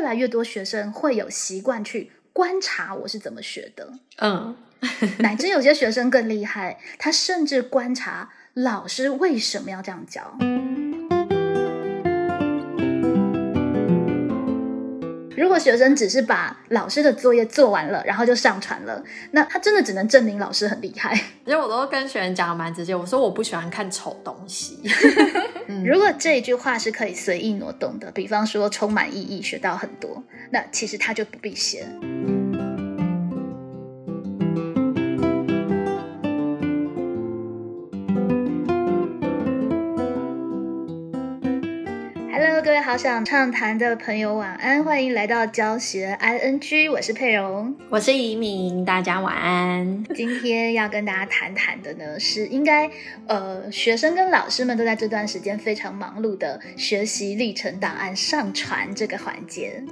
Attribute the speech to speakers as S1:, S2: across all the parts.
S1: 来越多学生会有习惯去观察我是怎么学的，
S2: 嗯，
S1: 乃至有些学生更厉害，他甚至观察老师为什么要这样教。如果学生只是把老师的作业做完了，然后就上传了，那他真的只能证明老师很厉害。
S2: 其实我都跟学员讲得蛮直接，我说我不喜欢看丑东西。 嗯
S1: 如果这一句话是可以随意挪动的，比方说充满意义，学到很多，那其实他就不必写。Hello，各位好想畅谈的朋友，晚安！欢迎来到教学 ING，我是佩蓉。
S2: 我是移民，大家晚安。
S1: 今天要跟大家谈谈的呢，是应该呃，学生跟老师们都在这段时间非常忙碌的学习历程档案上传这个环节。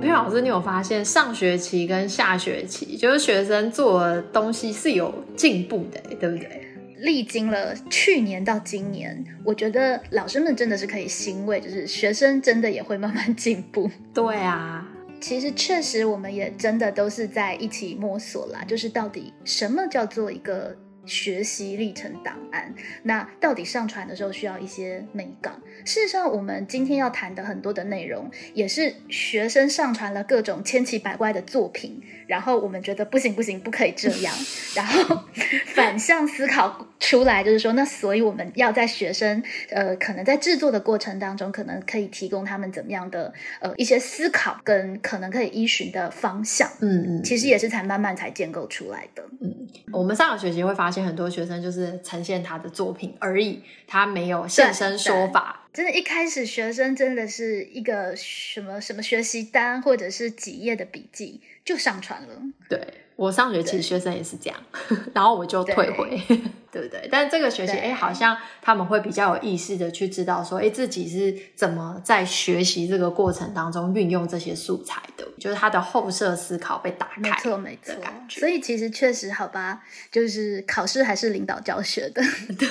S2: 因为老师，你有发现上学期跟下学期，就是学生做的东西是有进步的，对不对？
S1: 历经了去年到今年，我觉得老师们真的是可以欣慰，就是学生真的也会慢慢进步。
S2: 对啊，
S1: 其实确实，我们也真的都是在一起摸索啦，就是到底什么叫做一个学习历程档案？那到底上传的时候需要一些美感？事实上，我们今天要谈的很多的内容，也是学生上传了各种千奇百怪的作品，然后我们觉得不行不行，不可以这样，然后反向思考出来，就是说，那所以我们要在学生呃，可能在制作的过程当中，可能可以提供他们怎么样的呃一些思考跟可能可以依循的方向，
S2: 嗯嗯，
S1: 其实也是才慢慢才建构出来的。
S2: 我们上个学期会发现很多学生就是呈现他的作品而已，他没有现身说法。
S1: 真的，一开始学生真的是一个什么什么学习单或者是几页的笔记就上传了，
S2: 对我上学期
S1: 对
S2: 学生也是这样，然后我就退回，对不对？但这个学期，
S1: 对
S2: 哎，好像他们会比较有意识的去知道说，哎，自己是怎么在学习这个过程当中运用这些素材的，就是他的后设思考被打开。
S1: 没错没错
S2: 的感。觉
S1: 所以其实确实好吧，就是考试还是领导教学的，就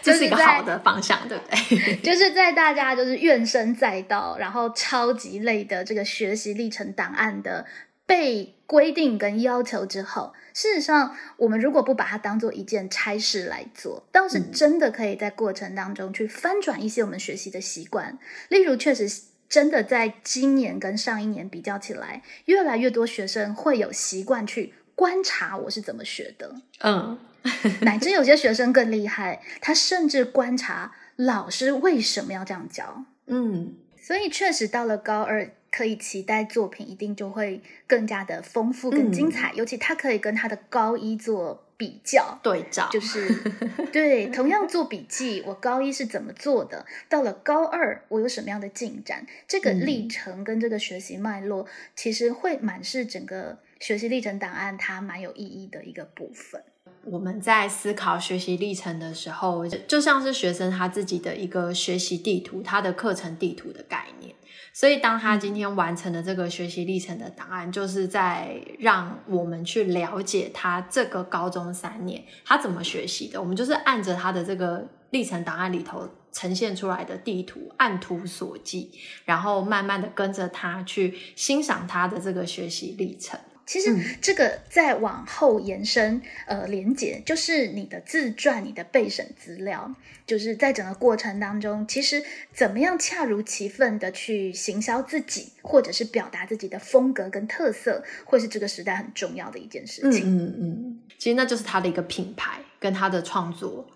S2: 这是一个
S1: 在
S2: 好的方向，对不对？
S1: 就是在大家就是怨声载道，然后超级累的这个学习历程档案的被规定跟要求之后，事实上，我们如果不把它当做一件差事来做，倒是真的可以在过程当中去翻转一些我们学习的习惯。例如，确实真的在今年跟上一年比较起来，越来越多学生会有习惯去观察我是怎么学的。
S2: 嗯，
S1: 乃至有些学生更厉害，他甚至观察老师为什么要这样教。
S2: 嗯，
S1: 所以确实到了高二，可以期待作品一定就会更加的丰富、更
S2: 嗯
S1: 精彩，尤其他可以跟他的高一做比较。
S2: 对照，
S1: 就是 对，同样做笔记，我高一是怎么做的，到了高二我有什么样的进展，这个
S2: 嗯
S1: 历程跟这个学习脉络，其实会满是整个学习历程档案它蛮有意义的一个部分。
S2: 我们在思考学习历程的时候，就就像是学生他自己的一个学习地图，他的课程地图的概念。所以，当他今天完成了这个学习历程的档案，就是在让我们去了解他这个高中三年他怎么学习的。我们就是按着他的这个历程档案里头呈现出来的地图，按图索骥，然后慢慢的跟着他去欣赏他的这个学习历程。
S1: 其实
S2: 嗯
S1: 这个再往后延伸，呃，连接就是你的自传、你的备审资料，就是在整个过程当中，其实怎么样恰如其分的去行销自己，或者是表达自己的风格跟特色，会是这个时代很重要的一件事情。
S2: 嗯嗯嗯，其实那就是他的一个品牌跟他的创作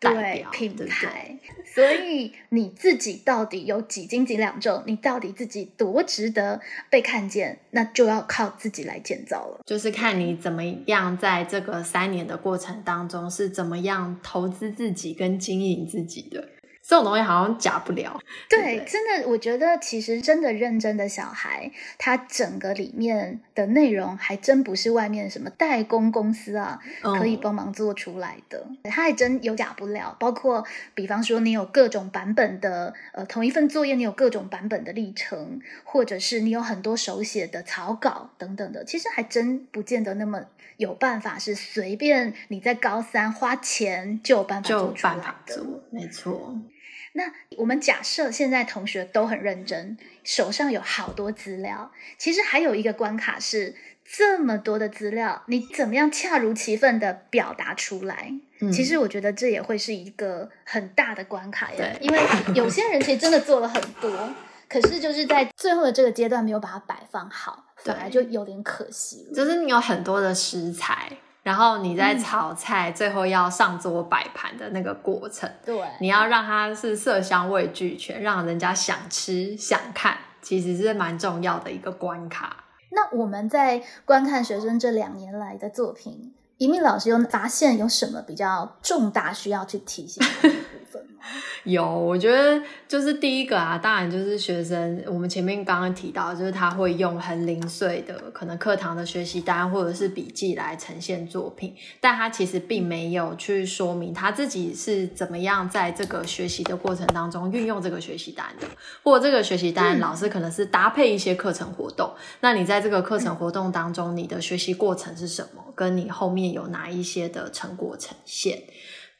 S2: 代
S1: 对
S2: 表
S1: 品
S2: 对不对
S1: 牌，所以你自己到底有几斤几两重，你到底自己多值得被看见，那就要靠自己来建造了。
S2: 就是看你怎么样在这个三年的过程当中是怎么样投资自己跟经营自己的。这种东西好像假不了。
S1: 对，真的，我觉得其实真的认真的小孩，他整个里面的内容还真不是外面什么代工公司啊、
S2: 嗯
S1: 可以帮忙做出来的，他还真有假不了。包括比方说，你有各种版本的呃同一份作业，你有各种版本的历程，或者是你有很多手写的草稿等等的，其实还真不见得那么有办法是随便你在高三花钱就有办法
S2: 就有
S1: 做出来
S2: 办法
S1: 的。
S2: 做，没错。
S1: 那我们假设现在同学都很认真，手上有好多资料，其实还有一个关卡是这么多的资料，你怎么样恰如其分的表达出来？
S2: 嗯
S1: 其实我觉得这也会是一个很大的关卡耶，
S2: 对
S1: 因为有些人其实真的做了很多，可是就是在最后的这个阶段没有把它摆放好，
S2: 对
S1: 反而就有点可惜了。
S2: 就是你有很多的食材，然后你
S1: 嗯
S2: 在炒菜，最后要上桌摆盘的那个过程，
S1: 对，
S2: 你要让它是色香味俱全，让人家想吃想看，其实是蛮重要的一个关卡。
S1: 那我们在观看学生这两年来的作品，一命老师有发现有什么比较重大需要去提醒他们的部分吗？
S2: 有，我觉得就是第一个啊，当然就是学生，我们前面刚刚提到，就是他会用很零碎的，可能课堂的学习单或者是笔记来呈现作品，但他其实并没有去说明他自己是怎么样在这个学习的过程当中运用这个学习单的，或这个学习单
S1: 嗯
S2: 老师可能是搭配一些课程活动，那你在这个课程活动当中，你的学习过程是什么？跟你后面有哪一些的成果呈现？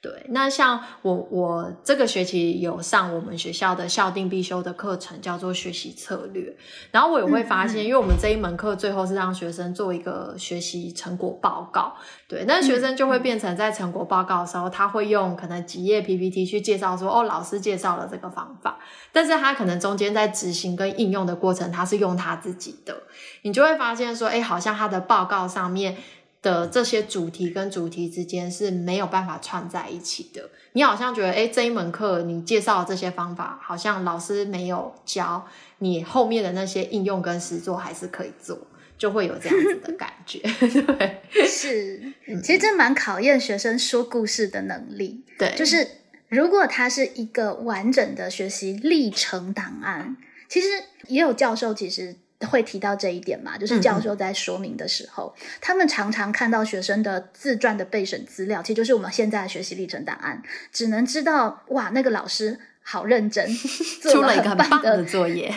S2: 对，那像我我这个学期有上我们学校的校定必修的课程，叫做学习策略。然后我也会发现，因为我们这一门课最后是让学生做一个学习成果报告，对，那学生就会变成在成果报告的时候，他会用可能几页 PPT 去介绍说，哦，老师介绍了这个方法，但是他可能中间在执行跟应用的过程，他是用他自己的，你就会发现说，哎，好像他的报告上面的这些主题跟主题之间是没有办法串在一起的。你好像觉得，哎，这一门课你介绍的这些方法，好像老师没有教，你后面的那些应用跟实作还是可以做，就会有这样子 的感觉。 对
S1: 是，其实这蛮考验学生说故事的能力。
S2: 对，
S1: 就是如果它是一个完整的学习历程档案，其实也有教授其实。会提到这一点嘛？
S2: 嗯
S1: 就是教授在说明的时候，他们常常看到学生的自传的备审资料，其实就是我们现在的学习历程档案，只能知道哇，那个老师好认 真，做
S2: 出了一个
S1: 很
S2: 很
S1: 棒
S2: 棒
S1: 的
S2: 的作 业。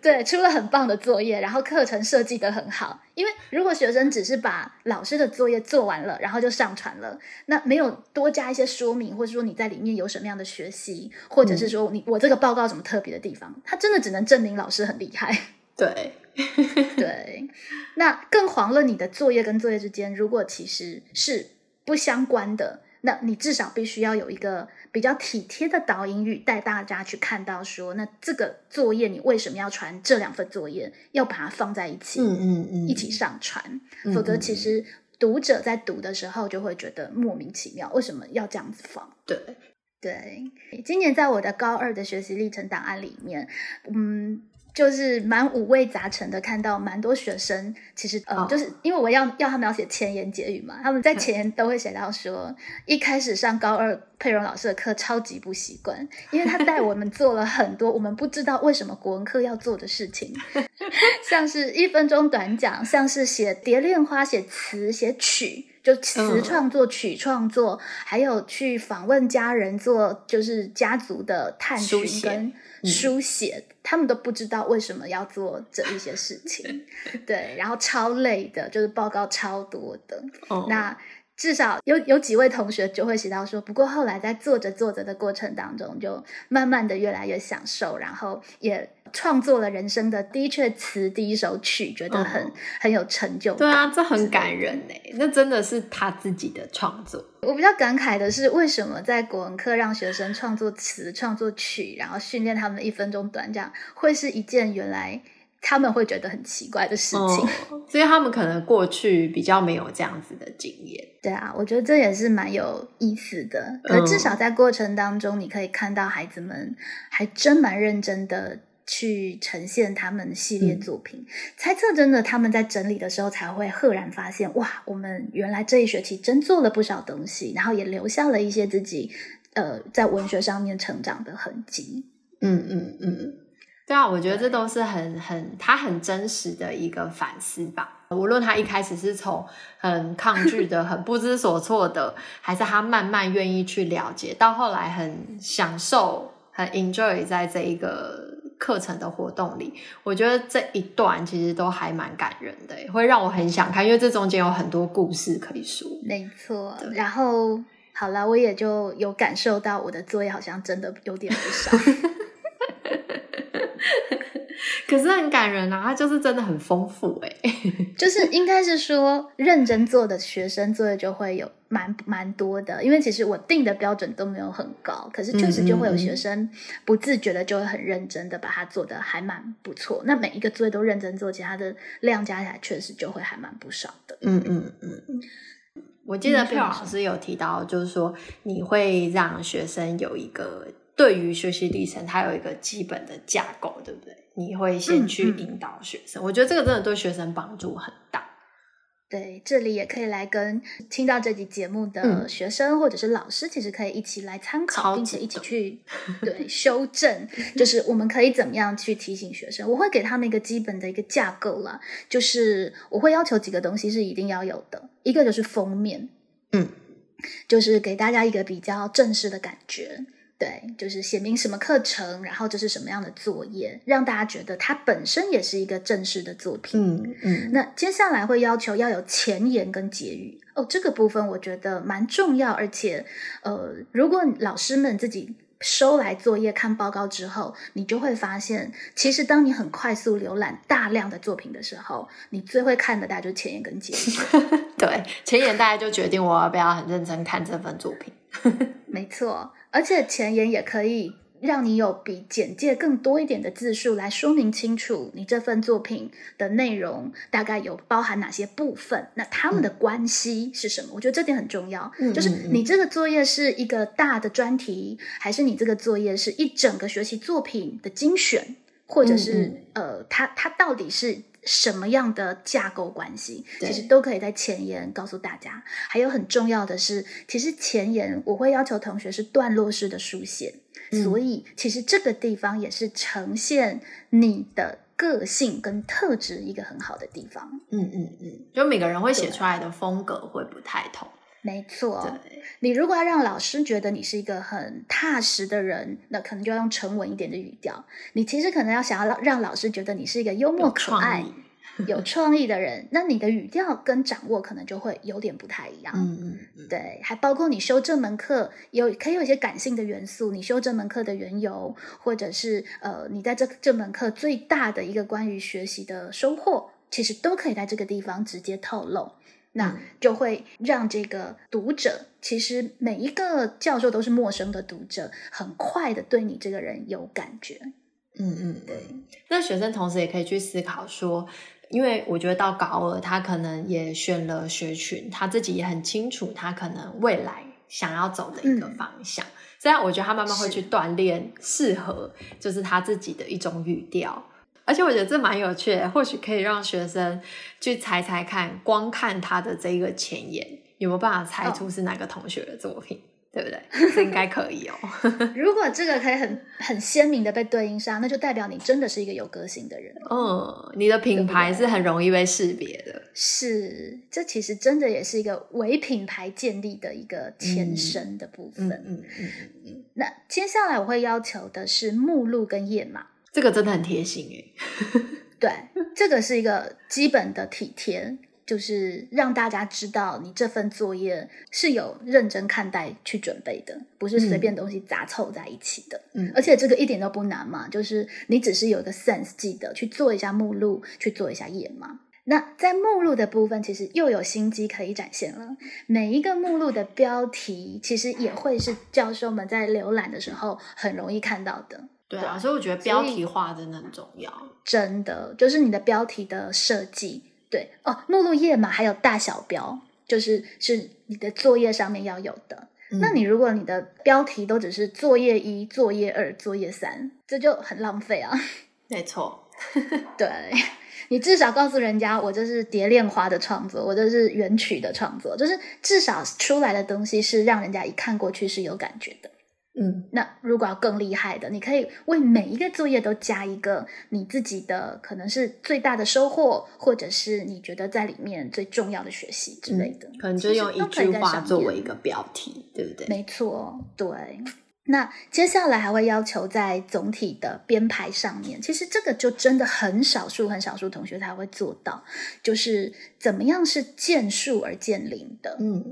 S1: 对，出了很棒的作业，然后课程设计得很好。因为如果学生只是把老师的作业做完了，然后就上传了，那没有多加一些说明，或者说你在里面有什么样的学习，或者是说你我这个报告有什么特别的地方，他真的只能证明老师很厉害。
S2: 对，
S1: 对，那更遑论你的作业跟作业之间，如果其实是不相关的，那你至少必须要有一个比较体贴的导引语，带大家去看到说，那这个作业你为什么要传这两份作业，要把它放在一起，
S2: 嗯嗯嗯，
S1: 一起上传，
S2: 嗯，
S1: 否则
S2: 嗯
S1: 其实读者在读的时候就会觉得莫名其妙，为什么要这样子放？
S2: 对。
S1: 对，今年在我的高二的学习历程档案里面，嗯，就是蛮五味杂陈的，看到蛮多学生其实呃，
S2: 哦嗯
S1: 就是因为我要要他们要写前言结语嘛，他们在前言都会写到说，一开始上高二佩蓉老师的课超级不习惯，因为他带我 们做了很多我们不知道为什么国文课要做的事情， 像是一分钟短讲，像是写蝶恋花、写词、写曲，就词
S2: 嗯
S1: 创作、曲创作，还有去访问家人做就是家族的探寻
S2: 书写嗯
S1: 跟书写，他们都不知道为什么要做这一些事 情，对，然后超累的，就是报告超多的，
S2: 哦
S1: 那至少有有几位同学就会写到说，不过后来在做着做着的过程当中，就慢慢的越来越享受，然后也创作了人生的第一阙词、第一首曲，觉得很、
S2: 嗯
S1: 很有成就
S2: 对
S1: 感。
S2: 啊，这很感人呢、那真的是他自己的创作，
S1: 我比较感慨的是，为什么在国文课让学生创作词、创作曲，然后训练他们一分钟短讲，会是一件原来他们会觉得很奇怪的事情。
S2: 嗯，所以他们可能过去比较没有这样子的经验。
S1: 对啊，我觉得这也是蛮有意思的。可
S2: 嗯
S1: 至少在过程当中，你可以看到孩子们还真蛮认真的去呈现他们系列作品。猜测真的，他们在整理的时候才会赫然发现，哇，我们原来这一学期真做了不少东西，然后也留下了一些自己呃在文学上面成长的痕迹。
S2: 嗯嗯嗯，对啊，我觉得这都是很很他很真实的一个反思吧。无论他一开始是从很抗拒 的、很不知所措的，还是他慢慢愿意去了解，到后来很享受、很 enjoy 在这一个课程的活动里，我觉得这一段其实都还蛮感人的，欸会让我很想看，因为这中间有很多故事可以说。
S1: 没错，然后好了，我也就有感受到我的作业好像真的有点不少。
S2: 可是很感人啊，它就是真的很丰富哎、
S1: 就是应该是说认真做的学生作业就会有蛮蛮多的，因为其实我定的标准都没有很高，可是确实就会有学生不自觉的就会很认真的把它做的还蛮不错。那每一个作业都认真做，其实它的量加起来确实就会还蛮不少的。
S2: 嗯嗯嗯。我记得
S1: 嗯
S2: 佩尔老师有提到，就是说你会让学生有一个对于学习历程，它有一个基本的架构，对不对？你会先
S1: 嗯
S2: 去
S1: 嗯
S2: 引导学生，我觉得这个真的对学生帮助很大。
S1: 对，这里也可以来跟听到这集节目的
S2: 嗯
S1: 学生或者是老师，其实可以一起来参考，
S2: 超
S1: 并且
S2: 级
S1: 一起
S2: 的
S1: 去对修正，就是我们可以怎么样去提醒学生。我会给他们一个基本的一个架构啦，就是我会要求几个东西是一定要有的，一个就是封面，
S2: 嗯，
S1: 就是给大家一个比较正式的感觉。对，就是写明什么课程，然后这是什么样的作业，让大家觉得它本身也是一个正式的作品。
S2: 嗯嗯
S1: 那接下来会要求要有前言跟结语哦，这个部分我觉得蛮重要，而且呃，如果老师们自己。收来作业看报告之后，你就会发现，其实当你很快速浏览大量的作品的时候，你最会看的大概就是前言跟结语。
S2: 对，前言大家就决定我要不要很认真看这份作品。
S1: 没错，而且前言也可以让你有比简介更多一点的字数来说明清楚你这份作品的内容大概有包含哪些部分，那他们的关系是什么？我觉得这点很重要。
S2: 嗯
S1: 就是
S2: 嗯嗯
S1: 你这个作业是一个大的专题，还是你这个作业是一整个学习作品的精选，或者是、
S2: 嗯
S1: 呃，它它到底是。什么样的架构关系，其
S2: 对
S1: 实都可以在前言告诉大家。还有很重要的是，其实前言我会要求同学是段落式的书写，
S2: 嗯
S1: 所以其实这个地方也是呈现你的个性跟特质一个很好的地方。
S2: 嗯嗯嗯，就每个人会写出来的风格会不太同。
S1: 没错，哦
S2: 对，
S1: 你如果要让老师觉得你是一个很踏实的人，那可能就要用沉稳一点的语调。你其实可能要想要让让老师觉得你是一个幽默
S2: 有
S1: 可爱
S2: 创、意。嗯
S1: 有创意的人，那你的语调跟掌握可能就会有点不太一样。
S2: 嗯嗯嗯，
S1: 对，还包括你修这门课有可以有一些感性的元素，你修这门课的缘由，或者是呃你在这这门课最大的一个关于学习的收获，其实都可以在这个地方直接透露。那
S2: 嗯
S1: 就会让这个读者，其实每一个教授都是陌生的读者，很快的对你这个人有感觉。
S2: 嗯嗯，
S1: 对，
S2: 那学生同时也可以去思考说，因为我觉得到高二，他可能也选了学群，他自己也很清楚他可能未来想要走的一个
S1: 嗯
S2: 方向。这样我觉得他慢慢会
S1: 是
S2: 去锻炼适合，就是他自己的一种语调。而且我觉得这蛮有趣的，或许可以让学生去猜猜看，光看他的这个前言，有没有办法猜
S1: 哦
S2: 出是哪个同学的作品，对不对？这应该可以哦。
S1: 如果这个可以很很鲜明的被对应上，那就代表你真的是一个有个性的人。
S2: 嗯，你的品牌是很容易被识别的。
S1: 是，这其实真的也是一个为品牌建立的一个前身的部分。
S2: 嗯嗯，
S1: 那接下来我会要求的是目录跟页码，
S2: 这个真的很贴心哎。
S1: 对，这个是一个基本的体贴，就是让大家知道你这份作业是有认真看待去准备的，不是随便东西杂凑在一起的。
S2: 嗯
S1: 而且这个一点都不难嘛，就是你只是有一个 sense，记得去做一下目录，去做一下页码。那在目录的部分，其实又有心机可以展现了。每一个目录的标题，其实也会是教授们在浏览的时候很容易看到的。
S2: 对啊，所以我觉得标题化真的很重要。
S1: 真的，就是你的标题的设计，对哦，目录页码还有大小标，就是是你的作业上面要有的。
S2: 嗯
S1: 那你如果你的标题都只是作业一、作业二、作业三，这就很浪费啊。
S2: 没错，
S1: 对你至少告诉人家，我这是蝶恋花的创作，我这是原曲的创作，就是至少出来的东西是让人家一看过去是有感觉的。
S2: 嗯
S1: 那如果要更厉害的，你可以为每一个作业都加一个你自己的，可能是最大的收获，或者是你觉得在里面最重要的学习之类的，
S2: 嗯可能就用
S1: 其
S2: 一
S1: 实都可以
S2: 句
S1: 在
S2: 话
S1: 上
S2: 作
S1: 面
S2: 为一个标题，对不对？
S1: 没错，对。那接下来还会要求在总体的编排上面，其实这个就真的很少数、很少数同学才会做到，就是怎么样是见树而见林的。
S2: 嗯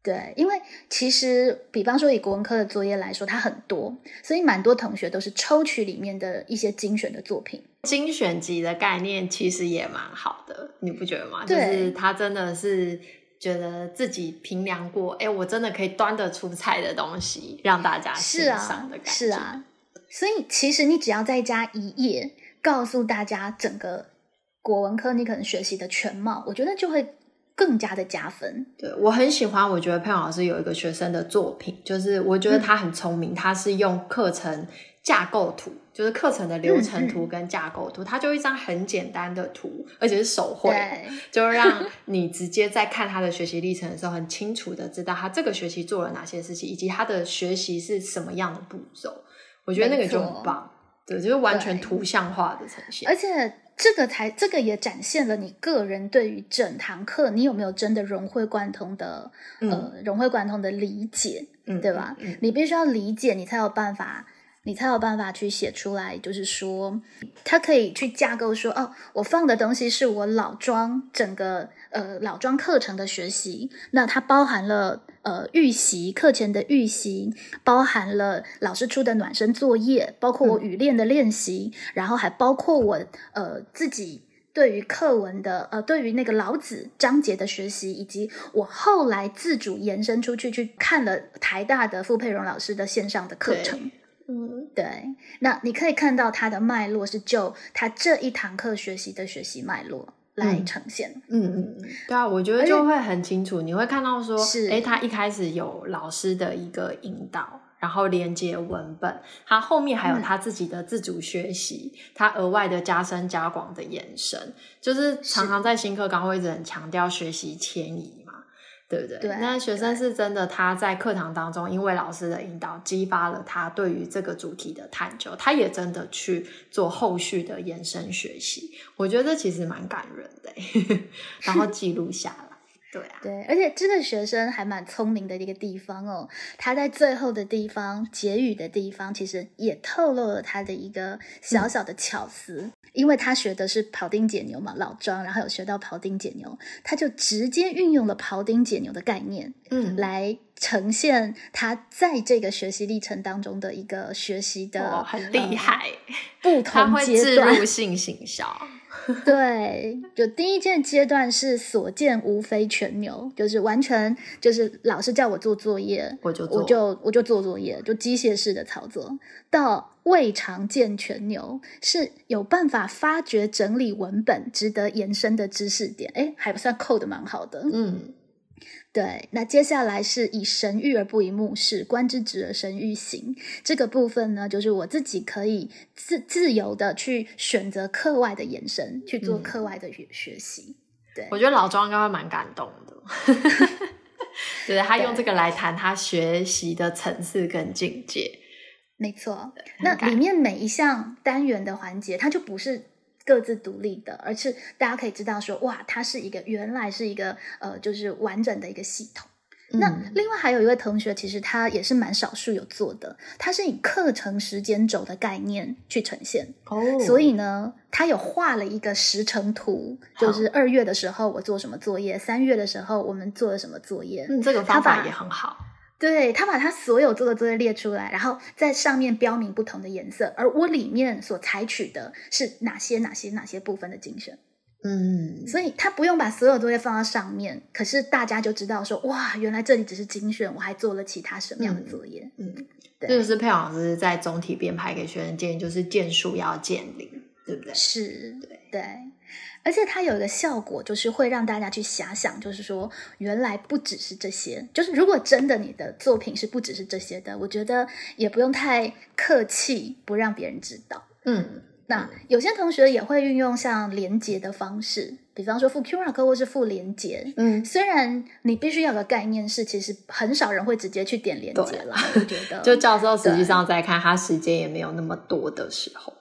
S1: 对，因为其实比方说以国文科的作业来说，它很多，所以蛮多同学都是抽取里面的一些精选的作品。
S2: 精选集的概念其实也蛮好的，你不觉得吗？就
S1: 对
S2: 是他真的是觉得自己评量过，哎，我真的可以端得出菜的东西让大家欣
S1: 是啊
S2: 赏的，感觉。
S1: 是啊。所以其实你只要再加一页，告诉大家整个国文科你可能学习的全貌，我觉得就会更加的加分。
S2: 对我很喜欢，我觉得佩蓉老师有一个学生的作品，就是我
S1: 嗯
S2: 觉得他很聪明，他是用课程架构图，就是课程的
S1: 嗯
S2: 流程图跟架构图，他就一张很简单的图，而且是手绘的，
S1: 对，
S2: 就让你直接在看他的学习历程的时候，很清楚的知道他这个学期做了哪些事情，以及他的学习是什么样的步骤。我觉得那个就
S1: 没错
S2: 很棒，对，就是完全
S1: 对呃
S2: 图像化的呈现
S1: 而。且这个才这个也展现了你个人对于整堂课你有没有真的融会贯通的、呃融会贯通的理解，
S2: 嗯
S1: 对吧？
S2: 嗯
S1: 你必须要理解，你才有办法。你才有办法去写出来，就是说，它可以去架构说，哦，我放的东西是我老庄整个呃老庄课程的学习，那它包含了呃预习课前的预习，包含了老师出的暖身作业，包括我语练的练习，然后还包括我呃自己对于课文的呃对于那个老子章节的学习，以及我后来自主延伸出去去看了台大的傅佩荣老师的线上的课程。
S2: 嗯
S1: 对，那你可以看到它的脉络是就他这一堂课学习的学习脉络来
S2: 嗯
S1: 呈现。
S2: 嗯嗯，嗯对啊，我觉得就会很清楚，你会看到说，
S1: 是
S2: 诶，他一开始有老师的一个引导。然后连接文本，他后面还有
S1: 嗯
S2: 他自己的自主学习，他额外的加深加广的延伸，就是常
S1: 是
S2: 常在新课纲会一直很强调学习迁移嘛，对不对？
S1: 对
S2: 那学生是真的他在课堂当中，因为老师的引导，激发了他对于这个主题的探究，他也真的去做后续的延伸学习。我觉得这其实蛮感人的欸，然后记录下来。对啊，
S1: 对，而且这个学生还蛮聪明的一个地方哦，他在最后的地方结语的地方，其实也透露了他的一个小
S2: 嗯
S1: 小的巧思，因为他学的是庖丁解牛嘛，老庄，然后有学到庖丁解牛，他就直接运用了庖丁解牛的概念
S2: 嗯，
S1: 来呈现他在这个学习历程当中的一个学习
S2: 哦，
S1: 的
S2: 很厉害，
S1: 不
S2: 他
S1: 同
S2: 会
S1: 阶
S2: 置
S1: 段。
S2: 入性行销。
S1: 对，就第一件阶段是所见无非全牛，就是完全就是老师叫我做作业，
S2: 我就
S1: 我
S2: 做
S1: 就我就做作业，就机械式的操作。到未尝见全牛，是有办法发掘整理文本值得延伸的知识点，哎，还不算扣的蛮好的。
S2: 嗯
S1: 对，那接下来是以神谕而不以目视，观之止而神欲行。这个部分呢，就是我自己可以自自由的去选择课外的延伸，去做
S2: 嗯
S1: 课外的学学习。对，
S2: 我觉得老庄应该会蛮感动的， 对他用这个来谈他学习的层次跟境界。
S1: 没错。
S2: 很
S1: 那
S2: 感
S1: 里面每一项单元的环节，它就不是各自独立的，而是大家可以知道说，哇，它是一个原来是一个呃，就是完整的一个系统。那
S2: 嗯
S1: 另外还有一位同学，其实他也是蛮少数有做的，他是以课程时间轴的概念去呈现，
S2: 哦
S1: 所以呢，他有画了一个时程图，就是二月的时候我做什么作业，三月的时候我们做了什么作业，
S2: 嗯，这个
S1: 他
S2: 方
S1: 把
S2: 法也很好。
S1: 对他把他所有做的作业列出来，然后在上面标明不同的颜色，而我里面所采取的是哪些哪些哪些部分的精选，
S2: 嗯，
S1: 所以他不用把所有作业放到上面，可是大家就知道说，哇，原来这里只是精选，我还做了其他什么样的作业。对
S2: 这就是佩老师在总体编排给学生建议，就是建树要建零，对不对？
S1: 是，
S2: 对
S1: 而且它有一个效果，就是会让大家去遐想，就是说，原来不只是这些。就是如果真的你的作品是不只是这些的，我觉得也不用太客气，不让别人知道。
S2: 嗯，
S1: 那有些同学也会运用像连结的方式，比方说附 QR code 或是附连结。
S2: 嗯，
S1: 虽然你必须要有个概念是，其实很少人会直接去点连结啦，我觉得
S2: 啊 就教授实际上在看，他时间也没有那么多的时候。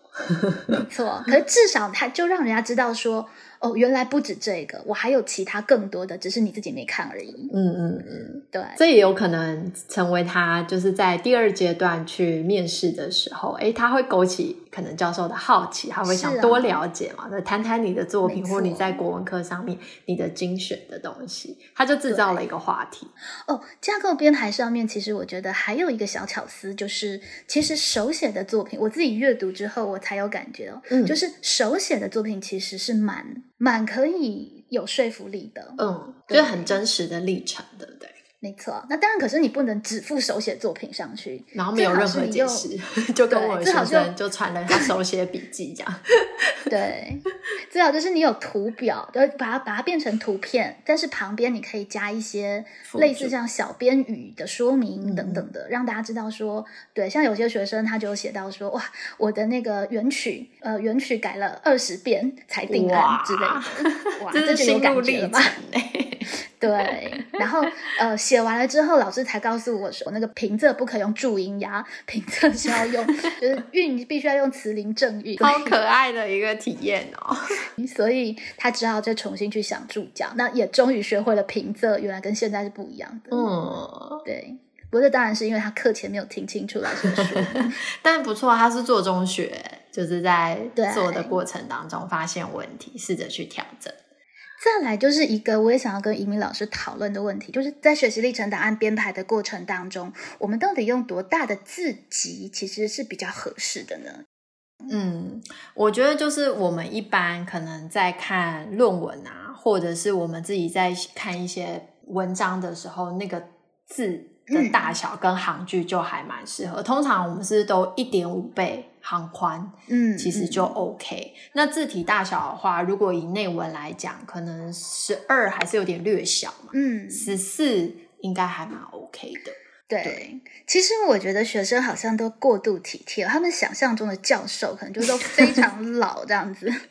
S1: 没
S2: 嗯
S1: 错，可是至少它就让人家知道说，哦，原来不止这个，我还有其他更多的，只是你自己没看而已。
S2: 嗯嗯嗯，
S1: 对，
S2: 这也有可能成为他就是在第二阶段去面试的时候，诶，他会勾起可能教授的好奇，他会
S1: 是
S2: 想
S1: 啊
S2: 多了解嘛，那、谈谈你的作品
S1: 没错
S2: 或你在国文课上面你的精选的东西，他就制造了一个话题。
S1: 哦，架构编排上面，其实我觉得还有一个小巧思，就是其实手写的作品，我自己阅读之后，我才有感觉哦，
S2: 嗯
S1: 就是手写的作品其实是蛮蛮可以有说服力的。
S2: 嗯，就
S1: 对
S2: 是很真实的历程，对不对？
S1: 没错，那当然，可是你不能只附手写作品上去，
S2: 然后没有
S1: 最好
S2: 任
S1: 是
S2: 何
S1: 你
S2: 解
S1: 用
S2: 释， 就跟我的
S1: 最好
S2: 学
S1: 就
S2: 生就传了他手写笔记这样。
S1: 对，最好就是你有图表，然后把它把它变成图片，但是旁边你可以加一些
S2: 辅
S1: 类
S2: 助
S1: 似像小编语的说明
S2: 嗯
S1: 等等的，让大家知道说，对，像有些学生他就有写到说，哇，我的那个原曲，呃，原曲改了二十遍才定案
S2: 哇
S1: 之类 的，哇，这
S2: 这是
S1: 就有
S2: 心路
S1: 感觉了
S2: 历
S1: 吧
S2: 程？ 哎，
S1: 对，然后呃，写完了之后，老师才告诉我说，那个平仄不可以用注音呀，平仄是要用，就是韵必须要用词邻正韵，
S2: 好可爱的一个体验哦。
S1: 所以他只好再重新去想注脚，那也终于学会了平仄，原来跟现在是不一样的。，
S2: 嗯，
S1: 对。不过这当然是因为他课前没有听清楚老师说。
S2: 但不错，他是做中学，就是在
S1: 对
S2: 做的过程当中发现问题，试着去调整。
S1: 再来就是一个我也想要跟移民老师讨论的问题，就是在学习历程档案编排的过程当中，我们到底用多大的字集其实是比较合适的呢？
S2: 嗯，我觉得就是我们一般可能在看论文啊，或者是我们自己在看一些文章的时候，那个字的大小跟行距就还蛮适合。通常我们是都一点五倍行宽，
S1: 嗯，
S2: 其实就 OK。那字体大小的话，如果以内文来讲，可能十二还是有点略小嘛，
S1: 嗯，
S2: 十四应该还蛮 OK 的。
S1: 对，其实我觉得学生好像都过度体贴，他们想象中的教授可能就都非常 老这样子。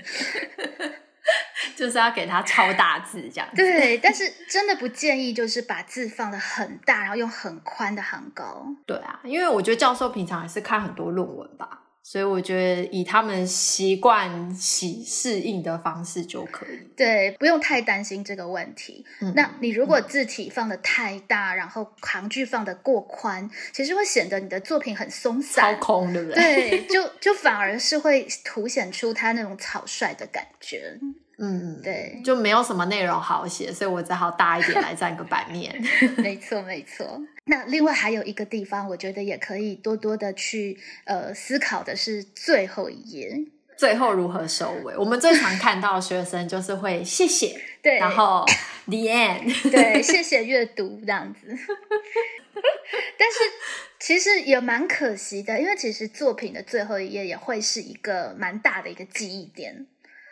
S2: 就是要给它超大字 这样子。
S1: 对，但是真的不建议，就是把字放的很大，然后用很宽的行高。
S2: 对啊，因为我觉得教授平常也是看很多论文吧，所以我觉得以他们习惯习适应的方式就可以。
S1: 对，不用太担心这个问题。
S2: 嗯
S1: 那你如果字体放的太大，然后行距放的过宽，其实会显得你的作品很松
S2: 超
S1: 散。
S2: 空，对不对？
S1: 对，就就反而是会凸显出他那种草率的感觉。
S2: 嗯，
S1: 对，
S2: 就没有什么内容好写，所以我只好大一点来占个版面。
S1: 没错，没错。那另外还有一个地方，我觉得也可以多多的去呃思考的是最后一页。
S2: 最后如何收尾？我们最常看到学生就是会谢谢，
S1: 对，
S2: 然后 the end。
S1: 对，谢谢阅读这样子。但是其实也蛮可惜的，因为其实作品的最后一页也会是一个蛮大的一个记忆点。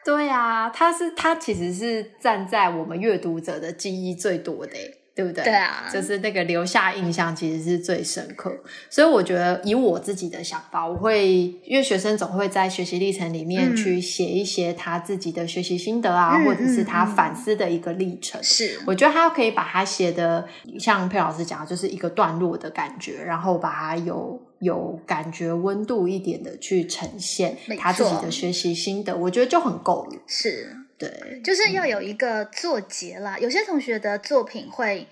S2: 对啊，他是他其实是站在我们阅读者的记忆最多的耶，对不对？
S1: 对啊，
S2: 就是那个留下印象其实是最深刻。所以我觉得以我自己的想法，我会因为学生总会在学习历程里
S1: 嗯
S2: 面去写一些他自己的学习心得啊，
S1: 嗯
S2: 或者是他
S1: 嗯嗯
S2: 反思的一个历程。
S1: 是
S2: 我觉得他可以把它写的像佩老师讲的，就是一个段落的感觉，然后把它有有感觉、温度一点的去呈现
S1: 没
S2: 他自己
S1: 错
S2: 的学习心得，我觉得就很够了。
S1: 是，
S2: 对，
S1: 就是要有一个作结啦。有些同学的作品会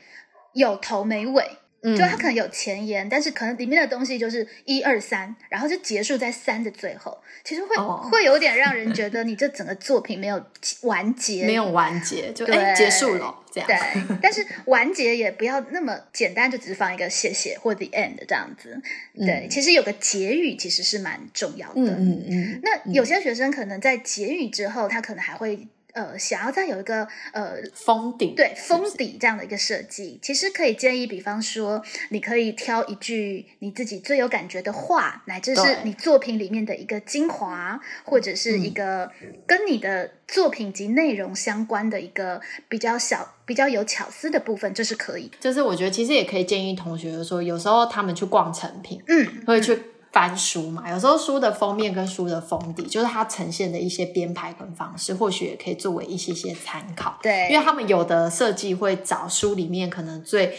S1: 有头没尾，
S2: 嗯
S1: 就他可能有前言，但是可能里面的东西就是一二三，然后就结束在三的最后，其实会、
S2: 哦
S1: 会有点让人觉得你这整个作品没有完结，
S2: 没有完结，就
S1: 对
S2: 哎结束了这样。
S1: 对，但是完结也不要那么简单，就只是放一个谢谢或 the end 这样子。对，
S2: 嗯
S1: 其实有个结语其实是蛮重要的。
S2: 嗯嗯嗯，
S1: 那有些学生可能在结语之后，他可能还会呃想要再有一个呃
S2: 封顶
S1: 对
S2: 是不
S1: 封
S2: 是
S1: 底这样的一个设计，其实可以建议，比方说，你可以挑一句你自己最有感觉的话，乃至是
S2: 对嗯
S1: 你作品里面的一个精华，或者是一个跟你的作品及内容相关的一个比较小、比较有巧思的部分，这是可以的。
S2: 就是我觉得其实也可以建议同学说，有时候他们去逛成品，
S1: 嗯，
S2: 会去翻书嘛，有时候书的封面跟书的封底，就是它呈现的一些编排跟方式，或许也可以作为一些些参考。
S1: 对，
S2: 因为他们有的设计会找书里面可能最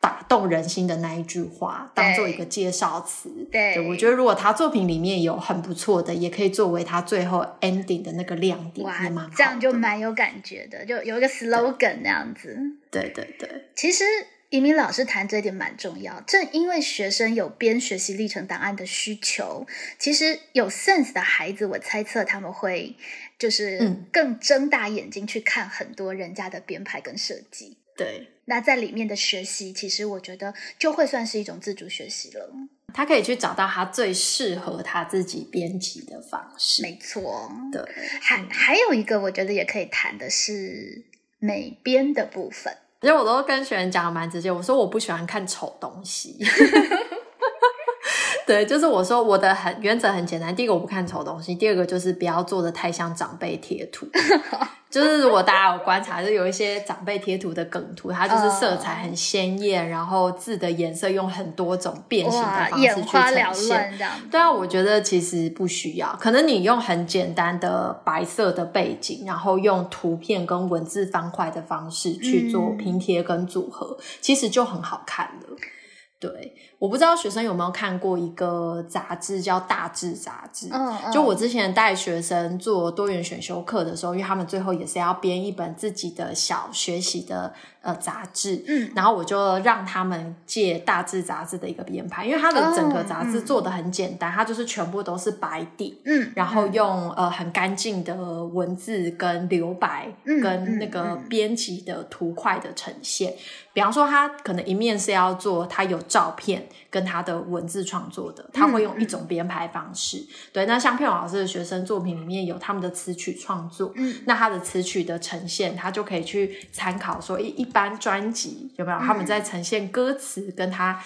S2: 打动人心的那一句话当做一个介绍词。
S1: 对
S2: 我觉得如果他作品里面有很不错的，也可以作为他最后 ending 的那个亮点，
S1: 哇
S2: 也蛮好，
S1: 这样就
S2: 的
S1: 蛮有感觉的，就有一个 slogan 那样子。
S2: 对对对，
S1: 其实移民老师谈这一点蛮重要，正因为学生有编学习历程档案的需求，其实有 sense 的孩子，我猜测他们会就是
S2: 嗯
S1: 更睁大眼睛去看很多人家的编排跟设计。
S2: 对。
S1: 那在里面的学习，其实我觉得就会算是一种自主学习了。
S2: 他可以去找到他最适合他自己编辑的方式。
S1: 没错，
S2: 对，
S1: 还
S2: 嗯
S1: 还有一个我觉得也可以谈的是美编的部分。
S2: 其实我都跟学员讲的蛮直接，我说我不喜欢看丑 东西。对，就是我说我的很原则很简单，第一个我不看丑东西，第二个就是不要做的太像长辈贴 图。就是如果大家有观察，就有一些长辈贴图的梗图，它就是色
S1: 嗯
S2: 彩很鲜艳，然后字的颜色用很多种变形
S1: 哇
S2: 的，方式
S1: 眼
S2: 去
S1: 花缭
S2: 呈现。
S1: 乱这样
S2: 对啊，我觉得其实不需要，可能你用很简单的白色的背景，然后用图片跟文字方块的方式去做
S1: 嗯
S2: 拼贴跟组合，其实就很好看了。对，我不知道学生有没有看过一个杂志叫《大志》杂志，
S1: 嗯嗯
S2: 就我之前带学生做多元选修课的时候，因为他们最后也是要编一本自己的小学习的呃杂志，
S1: 嗯
S2: 然后我就让他们借《大志》杂志的一个编排，因为它的整个
S1: 哦
S2: 杂志
S1: 嗯
S2: 做的很简单，它就是全部都是白底，
S1: 嗯，
S2: 然后用呃很干净的文字跟留白，
S1: 嗯
S2: 跟那
S1: 嗯
S2: 个
S1: 嗯
S2: 编辑的图块的呈现。比方说，他可能一面是要做他有照片跟他的文字创作的，他会
S1: 嗯
S2: 用一种编排方式。对，那像片老师的学生作品里面有他们的词曲创作，
S1: 嗯
S2: 那他的词曲的呈现，他就可以去参考说一一般专辑有没有
S1: 嗯
S2: 他们在呈现歌词跟他。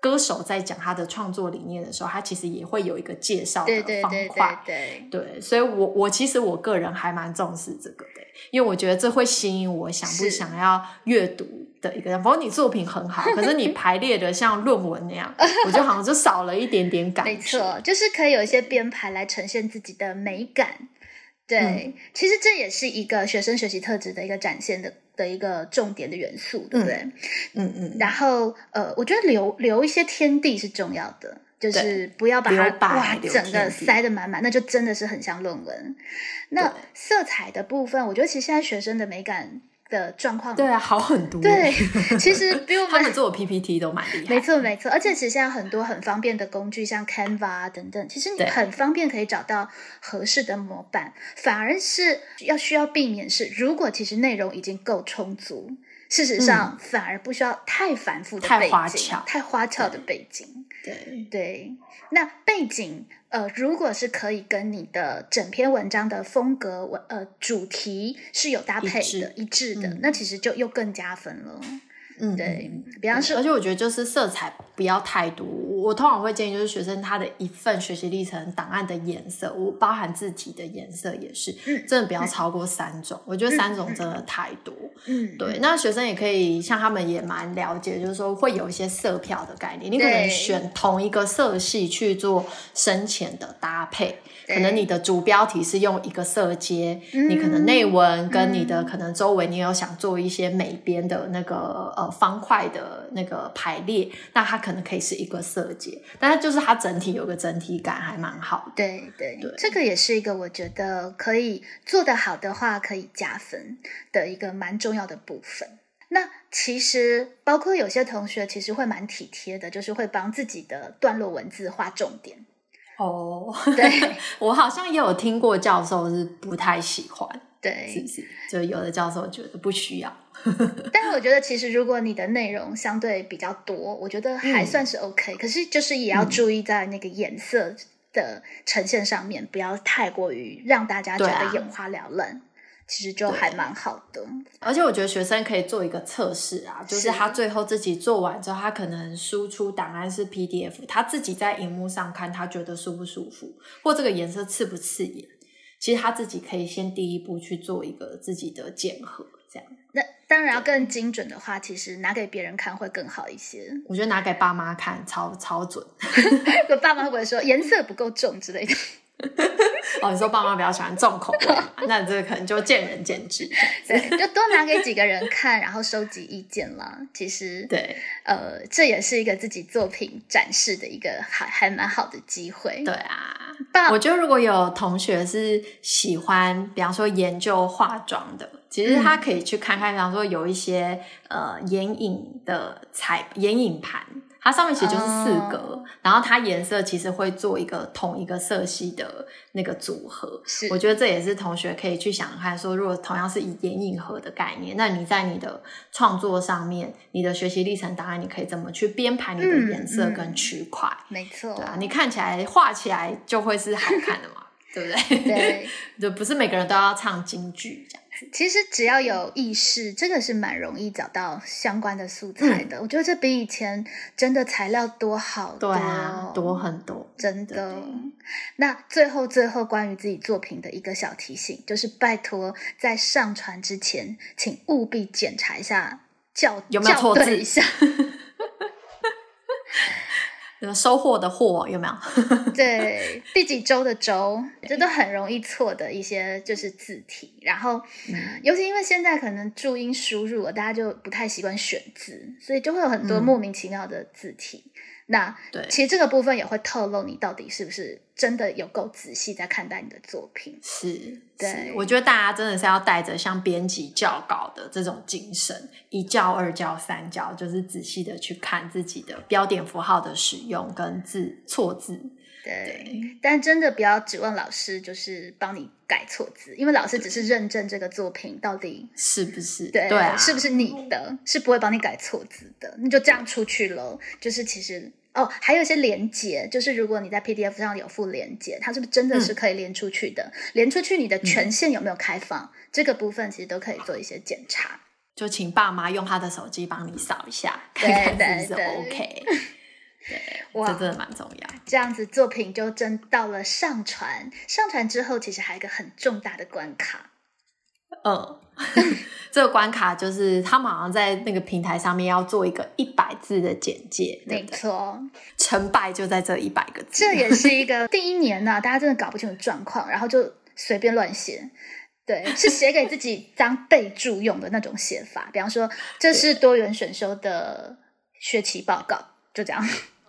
S2: 歌手在讲他的创作理念的时候，他其实也会有一个介绍的
S1: 对对
S2: 方
S1: 对对
S2: 块，
S1: 对，
S2: 对，所以我我其实我个人还蛮重视这个的，因为我觉得这会吸引我想不
S1: 是
S2: 想要阅读的一个人。不过你作品很好，可是你排列的像论文 那样，我觉得好像就少了一点点感觉。
S1: 没错，就是可以有一些编排来呈现自己的美感。
S2: 嗯
S1: 对，其实这也是一个学生学习特质的一个展现的的一个重点的元素，对不对？
S2: 嗯嗯，
S1: 然后呃，我觉得留留一些天地是重要的，就是不要把它
S2: 留白
S1: 哇
S2: 留
S1: 整个
S2: 天地
S1: 塞得满满，那就真的是很像论文。那
S2: 对
S1: 色彩的部分，我觉得其实现在学生的美感的状况，
S2: 对啊，好很多。
S1: 对，其实比我
S2: 他
S1: 们
S2: 们做的 PPT 都蛮厉害。
S1: 没错，没错，而且其实现在很多很方便的工具，像 Canva 啊等等，其实你
S2: 对
S1: 很方便可以找到合适的模板，反而是要需要避免是，如果其实内容已经够充足，事实上反而不需要太繁复的
S2: 嗯太
S1: 背
S2: 花
S1: 景
S2: 俏，
S1: 太花俏的背景。
S2: 对
S1: 对，那背景呃，如果是可以跟你的整篇文章的风格、文呃主题是有搭配
S2: 致
S1: 的、一致的，
S2: 嗯
S1: 那其实就又更加分了。
S2: 嗯，
S1: 对
S2: 嗯，
S1: 比方说
S2: 而且我觉得就是色彩不要太多。我我通常会建议就是学生他的一份学习历程档案的颜色，我包含字体的颜色也是，
S1: 嗯
S2: 真的不要超过三种。我觉得三种真的太多。
S1: 嗯，
S2: 对，那学生也可以像他们也蛮了解，就是说会有一些色票的概念，你可
S1: 对
S2: 能选同一个色系去做深浅的搭配。
S1: 对
S2: 可能你的主标题是用一个色阶，
S1: 嗯
S2: 你可能内文跟你的可能周围，你有想做一些美编的那个呃方块的那个排列，那它可能可以是一个色阶，但是就是它整体有个整体感还蛮好的。
S1: 对对
S2: 对
S1: 这个也是一个我觉得可以做得好的话可以加分的一个蛮重要的部分。那其实包括有些同学其实会蛮体贴的，就是会帮自己的段落文字画重点。
S2: 哦，
S1: 对
S2: 我好像也有听过教授是不太喜欢。是
S1: 对
S2: 不，是？就有的教授觉得不需要，
S1: 但我觉得其实如果你的内容相对比较多，我觉得还
S2: 嗯
S1: 算是 OK、可是就是也要注意在那个颜色的呈现上面，不要太过于让大家觉
S2: 对
S1: 得
S2: 啊
S1: 眼花缭乱，其实就还蛮好的。
S2: 而且我觉得学生可以做一个测试啊，就是
S1: 是
S2: 他最后自己做完之后，他可能输出档案是 PDF，他自己在荧幕上看，他觉得舒不舒服，或这个颜色刺不刺眼，其实他自己可以先第一步去做一个自己的检核，这样
S1: 那当然要更精准的话，其实拿给别人看会更好一些。
S2: 我觉得拿给爸妈看超超准。
S1: 我爸妈会不会说颜色不够重之类的？
S2: 哦，你说爸妈比较喜欢重口味 嘛，那这个可能就见仁见智。
S1: 对，就多拿给几个人看，然后收集意见啦。其实，
S2: 对
S1: 呃，这也是一个自己作品展示的一个还还蛮好的机会。
S2: 对啊，
S1: 爸
S2: 我觉得如果有同学是喜欢，比方说研究化妆的，其
S1: 嗯
S2: 实他可以去看看，比方说有一些呃眼影的彩眼影盘。它上面其实就是四格，
S1: 哦
S2: 然后它颜色其实会做一个同一个色系的那个组合。
S1: 是，
S2: 我觉得这也是同学可以去想想看，说如果同样是以眼影盒的概念，那你在你的创作上面，你的学习历程档案，你可以怎么去编排你的
S1: 嗯
S2: 颜色
S1: 嗯
S2: 跟区块？
S1: 没错，
S2: 对啊，你看起来画起来就会是好看的 嘛，对不对？，
S1: 对，
S2: 就不是每个人都要唱京剧这样。
S1: 其实只要有意识，这个是蛮容易找到相关的素
S2: 嗯
S1: 材的。我觉得这比以前真的材料多好
S2: 对
S1: 多，
S2: 啊，多很多。
S1: 真
S2: 对
S1: 的。那最后最后关于自己作品的一个小提醒，就是拜托在上传之前，请务必检查一下校
S2: 有没有错
S1: 校对
S2: 字
S1: 一 下，
S2: 有收获的获有没有？
S1: 对第几周的周，这都很容易错的一些就是字体。然后，
S2: 嗯
S1: 尤其因为现在可能注音输入了，大家就不太习惯选字，所以就会有很多
S2: 嗯
S1: 莫名其妙的字体。那
S2: 对，
S1: 其实这个部分也会透露你到底是不是真的有够仔细在看待你的作品。
S2: 是，
S1: 对
S2: 是我觉得大家真的是要带着像编辑校稿的这种精神，一校、二校、三校，就是仔细的去看自己的标点符号的使用跟字错字。
S1: 对，
S2: 对，
S1: 但真的不要指望老师就是帮你改错字，因为老师只是认证这个作品到底
S2: 是不是？
S1: 对
S2: 啊，
S1: 是不是你的，是不会帮你改错字的，你就这样出去了。就是其实哦，还有一些连接，就是如果你在 PDF 上有附连接，它是不是真的
S2: 嗯
S1: 是可以连出去的？连出去你的权限有没有开放？这个部分其实都可以做一些检查。
S2: 就请爸妈用他的手机帮你扫一下，
S1: 对
S2: 看看是不
S1: 对
S2: 是 OK。对，
S1: 哇
S2: 这真的蛮重要。
S1: 这样子作品就真到了上传，上传之后其实还有一个很重大的关卡，
S2: 嗯， 这个关卡就是他们好像在那个平台上面要做一个一百字的简介，对
S1: 没
S2: 不对？
S1: 错，
S2: 成败就在这一百个字。
S1: 这也是一个第一年呢、大家真的搞不清楚状况，然后就随便乱写。对，是写给自己当备注用的那种写法，比方说这是多元选修的学期报告，就这样。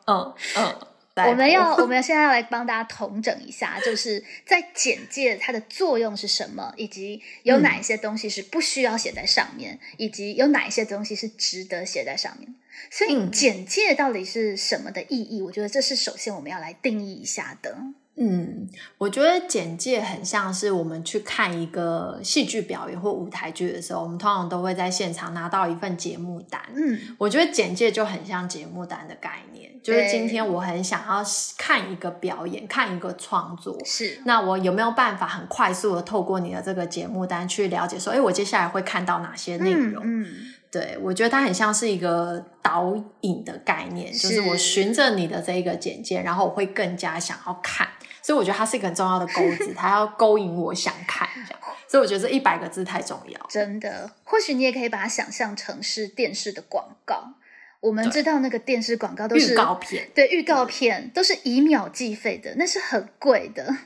S2: 嗯嗯，
S1: 我们 要，我们现在要来帮大家统整一下，就是在简介它的作用是什么，以及有哪一些东西是不需要写在上面，以及有哪一些东西是值得写在上面。所以，
S2: 嗯
S1: 简介到底是什么的意义？我觉得这是首先我们要来定义一下的。
S2: 嗯，我觉得简介很像是我们去看一个戏剧表演或舞台剧的时候，我们通常都会在现场拿到一份节目单。
S1: 嗯，
S2: 我觉得简介就很像节目单的概念，就是今天我很想要看一个表演，看一个创作，
S1: 是
S2: 那我有没有办法很快速的透过你的这个节目单去了解说，哎，我接下来会看到哪些内容？
S1: 嗯嗯
S2: 对我觉得它很像是一个导引的概念，就是
S1: 是
S2: 我循着你的这一个简介，然后我会更加想要看，所以我觉得它是一个很重要的钩子，它要勾引我想看这样。所以我觉得这一百个字太重要。
S1: 真的。或许你也可以把它想象成是电视的广告。我们知道那个电视广告都是
S2: 预告片，
S1: 对预告片都是以秒计费的，那是很贵的。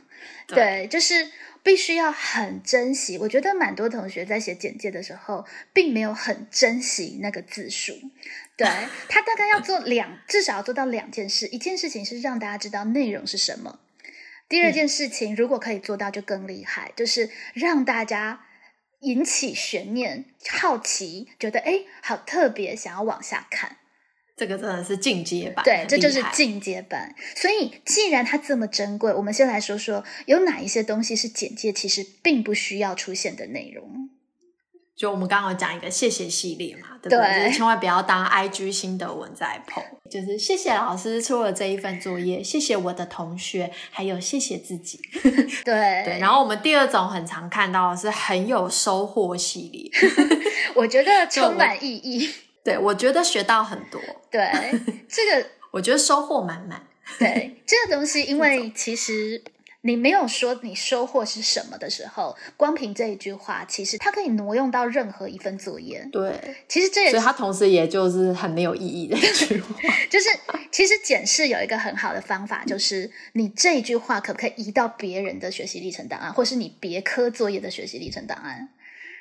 S2: 对
S1: 对，就是必须要很珍惜。我觉得蛮多同学在写简介的时候，并没有很珍惜那个字数。对他大概要做两，至少要做到两件事。一件事情是让大家知道内容是什么，第二件事情如果可以做到就更厉害，就是让大家引起悬念、好奇，觉得诶好特别，想要往下看。
S2: 这个真的是进阶版，
S1: 对，这就是
S2: 很厉害
S1: 进阶版。所以，既然它这么珍贵，我们先来说说有哪一些东西是简介其实并不需要出现的内容。
S2: 就我们刚刚有讲一个谢谢系列嘛，对不对？
S1: 对
S2: 就是千万不要当 IG 新的文在碰，就是谢谢老师出了这一份作业，谢谢我的同学，还有谢谢自己。
S1: 对，
S2: 对，然后我们第二种很常看到的是很有收获系列，
S1: 我觉得
S2: 就我
S1: 充满意义。
S2: 对我觉得学到很多，
S1: 对，这个
S2: 我觉得收获满满。
S1: 对这个东西，因为其实你没有说你收获是什么的时候，光凭这一句话，其实它可以挪用到任何一份作业。
S2: 对，
S1: 其实这也
S2: 所以
S1: 是
S2: 它同时也就是很没有意义的一句 话。
S1: 就是，其实检视有一个很好的方法，就是你这一句话可不可以移到别人的学习历程档案，或是你别科作业的学习历程档案？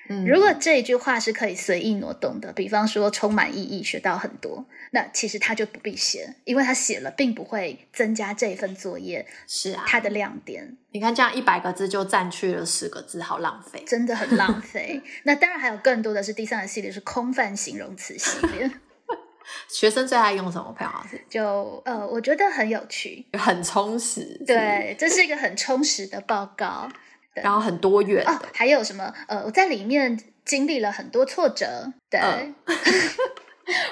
S2: 嗯，
S1: 如果这一句话是可以随意挪动的，比方说充满意义，学到很多，那其实他就不必写，因为他写了并不会增加这份作业
S2: 是啊，
S1: 它的亮点，
S2: 你看这样一百个字就占去了十个字，好浪费。
S1: 真的很浪费。那当然还有更多的是第三个系列是空泛形容词系列，
S2: 学生最爱用什么？佩老师
S1: 就呃，我觉得很有趣。
S2: 很充实，
S1: 对，这是一个很充实的报告。
S2: 是，然后很多元
S1: 哦
S2: 的，，
S1: 还有什么？呃，我在里面经历了很多挫折，对，
S2: 嗯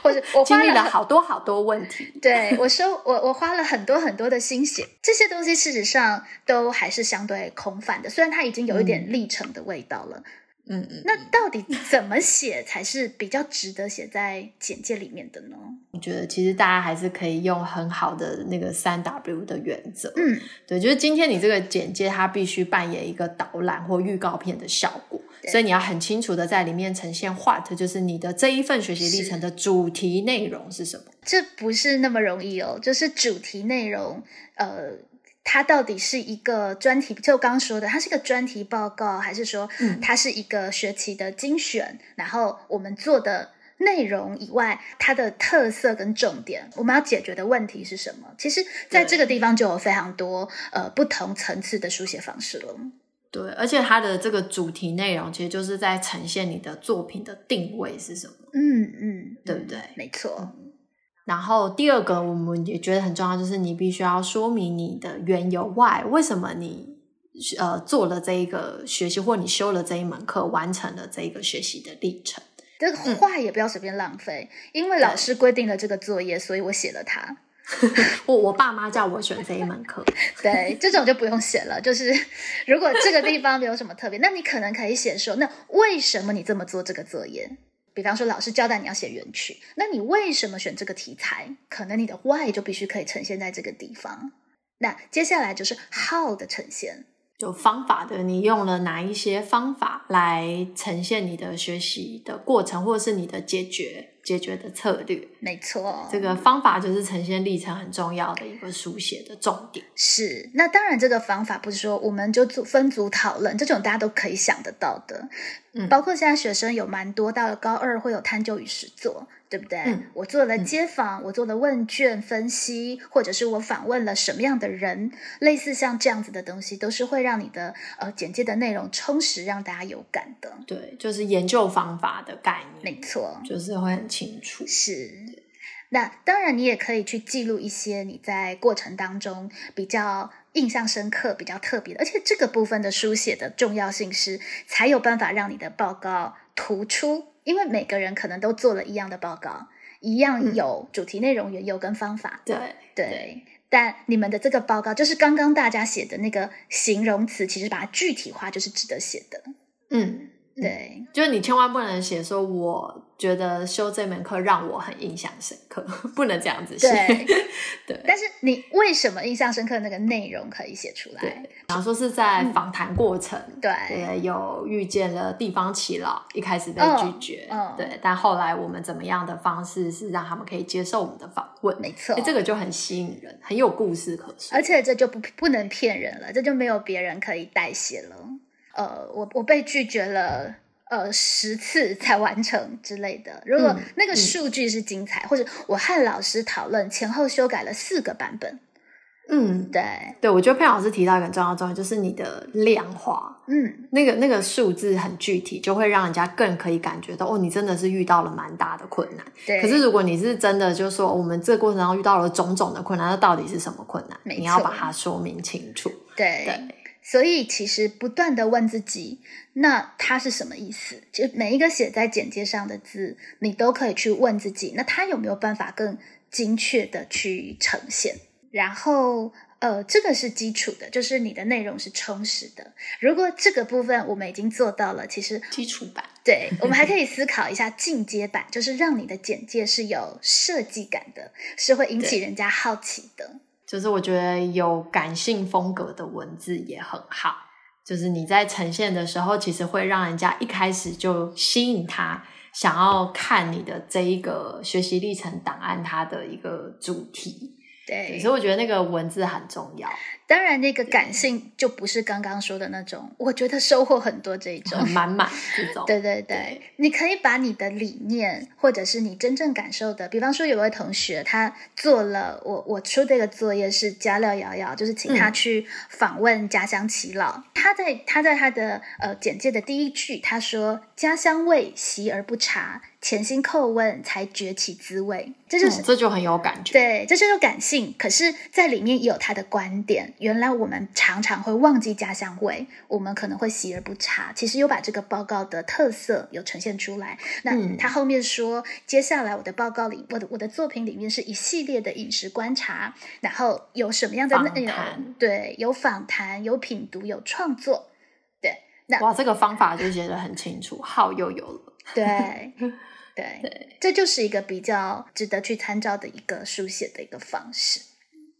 S1: 或者 我
S2: 经
S1: 花
S2: 历了
S1: 很
S2: 好多好多问题。
S1: 对我收我我花了很多很多的心血，这些东西事实上都还是相对空泛的，虽然它已经有一点历程的味道了。
S2: 嗯嗯，
S1: 那到底怎么写才是比较值得写在简介里面的呢？
S2: 我觉得其实大家还是可以用很好的那个三 W 的原则。
S1: 嗯，
S2: 对，就是今天你这个简介，它必须扮演一个导览或预告片的效果，
S1: 对
S2: 所以你要很清楚的在里面呈现 what，就是你的这一份学习历
S1: 是
S2: 程的主题内容是什么。
S1: 这不是那么容易哦，就是主题内容，呃。它到底是一个专题？就我刚刚说的，它是一个专题报告，还是说
S2: 嗯
S1: 它是一个学期的精选？然后我们做的内容以外，它的特色跟重点，我们要解决的问题是什么？其实，在
S2: 对
S1: 这个地方就有非常多呃不同层次的书写方式了。
S2: 对，而且它的这个主题内容其实就是在呈现你的作品的定位是什么。
S1: 嗯嗯，
S2: 对不对嗯
S1: 没错，
S2: 然后第二个，我们也觉得很重要，就是你必须要说明你的缘由 why，为什么你呃做了这一个学习，或你修了这一门课，完成了这一个学习的历程。
S1: 这个
S2: 嗯
S1: 话也不要随便浪费，因为老师规定了这个作业，所以我写了它。
S2: 我我爸妈叫我选这一门课，
S1: 对，这种就不用写了。就是如果这个地方没有什么特别，那你可能可以写说，那为什么你这么做这个作业？比方说，老师交代你要写园区，那你为什么选这个题材？可能你的 why 就必须可以呈现在这个地方。那接下来就是 how 的呈现，
S2: 就方法的，你用了哪一些方法来呈现你的学习的过程，或者是你的解决解决的策略？
S1: 没错，
S2: 这个方法就是呈现历程很重要的一个书写的重点。
S1: 是，那当然，这个方法不是说我们就组分组讨论，这种大家都可以想得到的。
S2: 嗯
S1: 包括现在学生有蛮多到了高二会有探究与实作，对不对？
S2: 嗯
S1: 我做了街访，我做了问卷分析，或者是我访问了什么样的人，类似像这样子的东西，都是会让你的呃简介的内容充实，让大家有感的。
S2: 对，就是研究方法的概念，
S1: 没错，
S2: 就是会很清楚。
S1: 是。那当然，你也可以去记录一些你在过程当中比较印象深刻、比较特别的，而且这个部分的书写的重要性是，才有办法让你的报告突出，因为每个人可能都做了一样的报告，一样
S2: 嗯
S1: 有主题内容、缘由跟方法，
S2: 对，
S1: 对。
S2: 对
S1: 但你们的这个报告，就是刚刚大家写的那个形容词，其实把它具体化，就是值得写的。
S2: 嗯，嗯
S1: 对，
S2: 就是你千万不能写说，我觉得修这门课让我很印象深刻， 不能这样子写。
S1: 对
S2: 对
S1: 但是你为什么印象深刻？那个内容可以写出来。
S2: 对，然后说是
S1: 嗯
S2: 在访谈过程，
S1: 对，
S2: 对，有遇见了地方耆老，一开始被拒绝，
S1: 嗯嗯
S2: 对，但后来我们怎么样的方式是让他们可以接受我们的访问，
S1: 没错
S2: 诶。哎这个就很吸引人，很有故事可说。
S1: 而且这就不不能骗人了，这就没有别人可以代写了。呃，我我被拒绝了。呃，十次才完成之类的。如果
S2: 嗯
S1: 那个
S2: 嗯
S1: 数据是精彩，或者我和老师讨论前后修改了四个版本，
S2: 嗯，
S1: 对，
S2: 对，我觉得佩老师提到一个很重要的重点，就是你的量化，
S1: 嗯，
S2: 那个那个数字很具体，就会让人家更可以感觉到，哦，你真的是遇到了蛮大的困难。
S1: 对。
S2: 可是如果你是真的，就是说我们这过程当中遇到了种种的困难，那到底是什么困难？
S1: 没
S2: 你要
S1: 错
S2: 把它说明清楚。
S1: 对，
S2: 对，
S1: 所以其实不断的问自己，那它是什么意思？就每一个写在简介上的字，你都可以去问自己，那它有没有办法更精确的去呈现？然后，呃，这个是基础的，就是你的内容是充实的。如果这个部分我们已经做到了，其实
S2: 基础版。
S1: 对，我们还可以思考一下进阶版，就是让你的简介是有设计感的，是会引起人家好奇的。
S2: 就是我觉得有感性风格的文字也很好，就是你在呈现的时候，其实会让人家一开始就吸引他想要看你的这一个学习历程档案它的一个主题。
S1: 对，
S2: 所以我觉得那个文字很重要。
S1: 当然，那个感性就不是刚刚说的那种，我觉得收获很多这一种。
S2: 很满满这种
S1: 对对对，
S2: 对
S1: 你可以把你的理念，或者是你真正感受的，比方说有位同学他做了我我出这个作业是家料瑶瑶，就是请他
S2: 嗯
S1: 去访问家乡耆老。他在他在他的呃简介的第一句他说：“家乡味习而不察，潜心叩问才觉其滋味。”这就是
S2: 嗯这就很有感觉。
S1: 对，这就是感性，可是在里面也有他的观点。原来我们常常会忘记家乡味，我们可能会习而不察。其实有把这个报告的特色有呈现出来。那
S2: 嗯
S1: 他后面说，接下来我的报告里，我的我的作品里面是一系列的饮食观察，然后有什么样的内
S2: 访
S1: 容
S2: 谈？
S1: 对，有访谈，有品读，有创作。对，那
S2: 哇，这个方法就写得很清楚，号又有了。
S1: 对 对这就是一个比较值得去参照的一个书写的一个方式。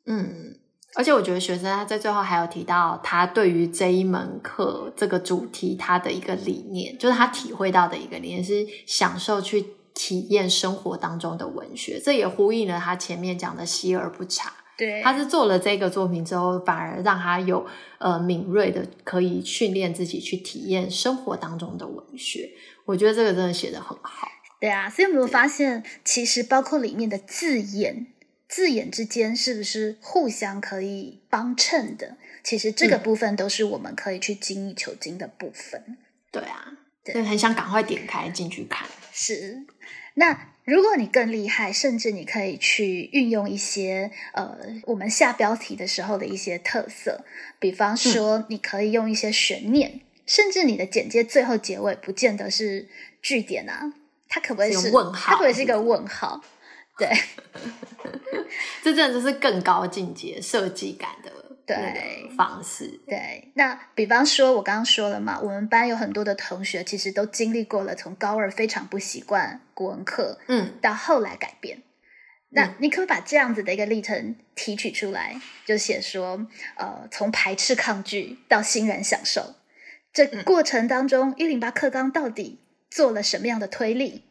S2: 嗯，而且我觉得学生他在最后还有提到他对于这一门课这个主题他的一个理念，就是他体会到的一个理念是享受去体验生活当中的文学，这也呼应了他前面讲的习而不察。
S1: 对，
S2: 他是做了这个作品之后，反而让他有呃敏锐的可以训练自己去体验生活当中的文学。我觉得这个真的写得很好。
S1: 对啊，所以我们发现，其实包括里面的字眼，字眼之间是不是互相可以帮衬的？其实这个
S2: 嗯
S1: 部分都是我们可以去精益求精的部分。
S2: 对啊，
S1: 对
S2: 所以很想赶快点开进去看。
S1: 是，那如果你更厉害，甚至你可以去运用一些呃，我们下标题的时候的一些特色，比
S2: 嗯
S1: 方说，你可以用一些悬念，甚至你的简介最后结尾不见得是句点啊，它可不可以
S2: 是
S1: 是它
S2: 问号
S1: 可不可以是一个问号？对。
S2: 这真的就是更高境界设计感的那
S1: 对
S2: 个方式。
S1: 对，那比方说，我刚刚说了嘛，我们班有很多的同学其实都经历过了从高二非常不习惯国文课，
S2: 嗯，
S1: 到后来改变。那
S2: 嗯
S1: 你可不可以把这样子的一个历程提取出来，就写说，呃，从排斥抗拒到欣然享受，这
S2: 嗯
S1: 过程当中，一零八课纲到底做了什么样的推力，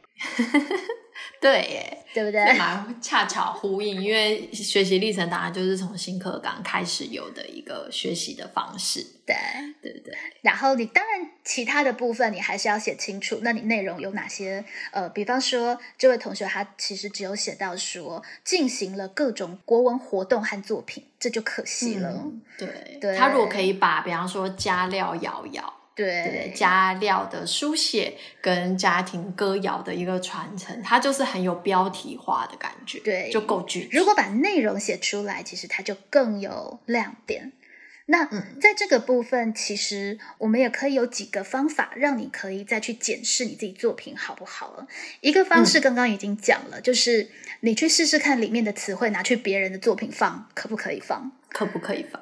S2: 对耶，
S1: 对不 对？
S2: 这蛮恰巧呼应，因为学习历程档案就是从新课纲开始有的一个学习的方式，
S1: 对。
S2: 对不对？
S1: 然后你当然其他的部分你还是要写清楚，那你内容有哪些？呃，比方说这位同学他其实只有写到说进行了各种国文活动和作品，这就可惜了。
S2: 嗯对，
S1: 对
S2: 他如果可以把，比方说家料瑶瑶，对不对
S1: 对，
S2: 家料的书写跟家庭歌谣的一个传承，它就是很有标题化的感觉，
S1: 对
S2: 就够具体。
S1: 如果把内容写出来，其实它就更有亮点。那
S2: 嗯
S1: 在这个部分，其实我们也可以有几个方法，让你可以再去检视你自己作品好不好了。一个方
S2: 嗯
S1: 式刚刚已经讲了，就是你去试试看里面的词汇拿去别人的作品放，可不可以 放？
S2: 可不可以放？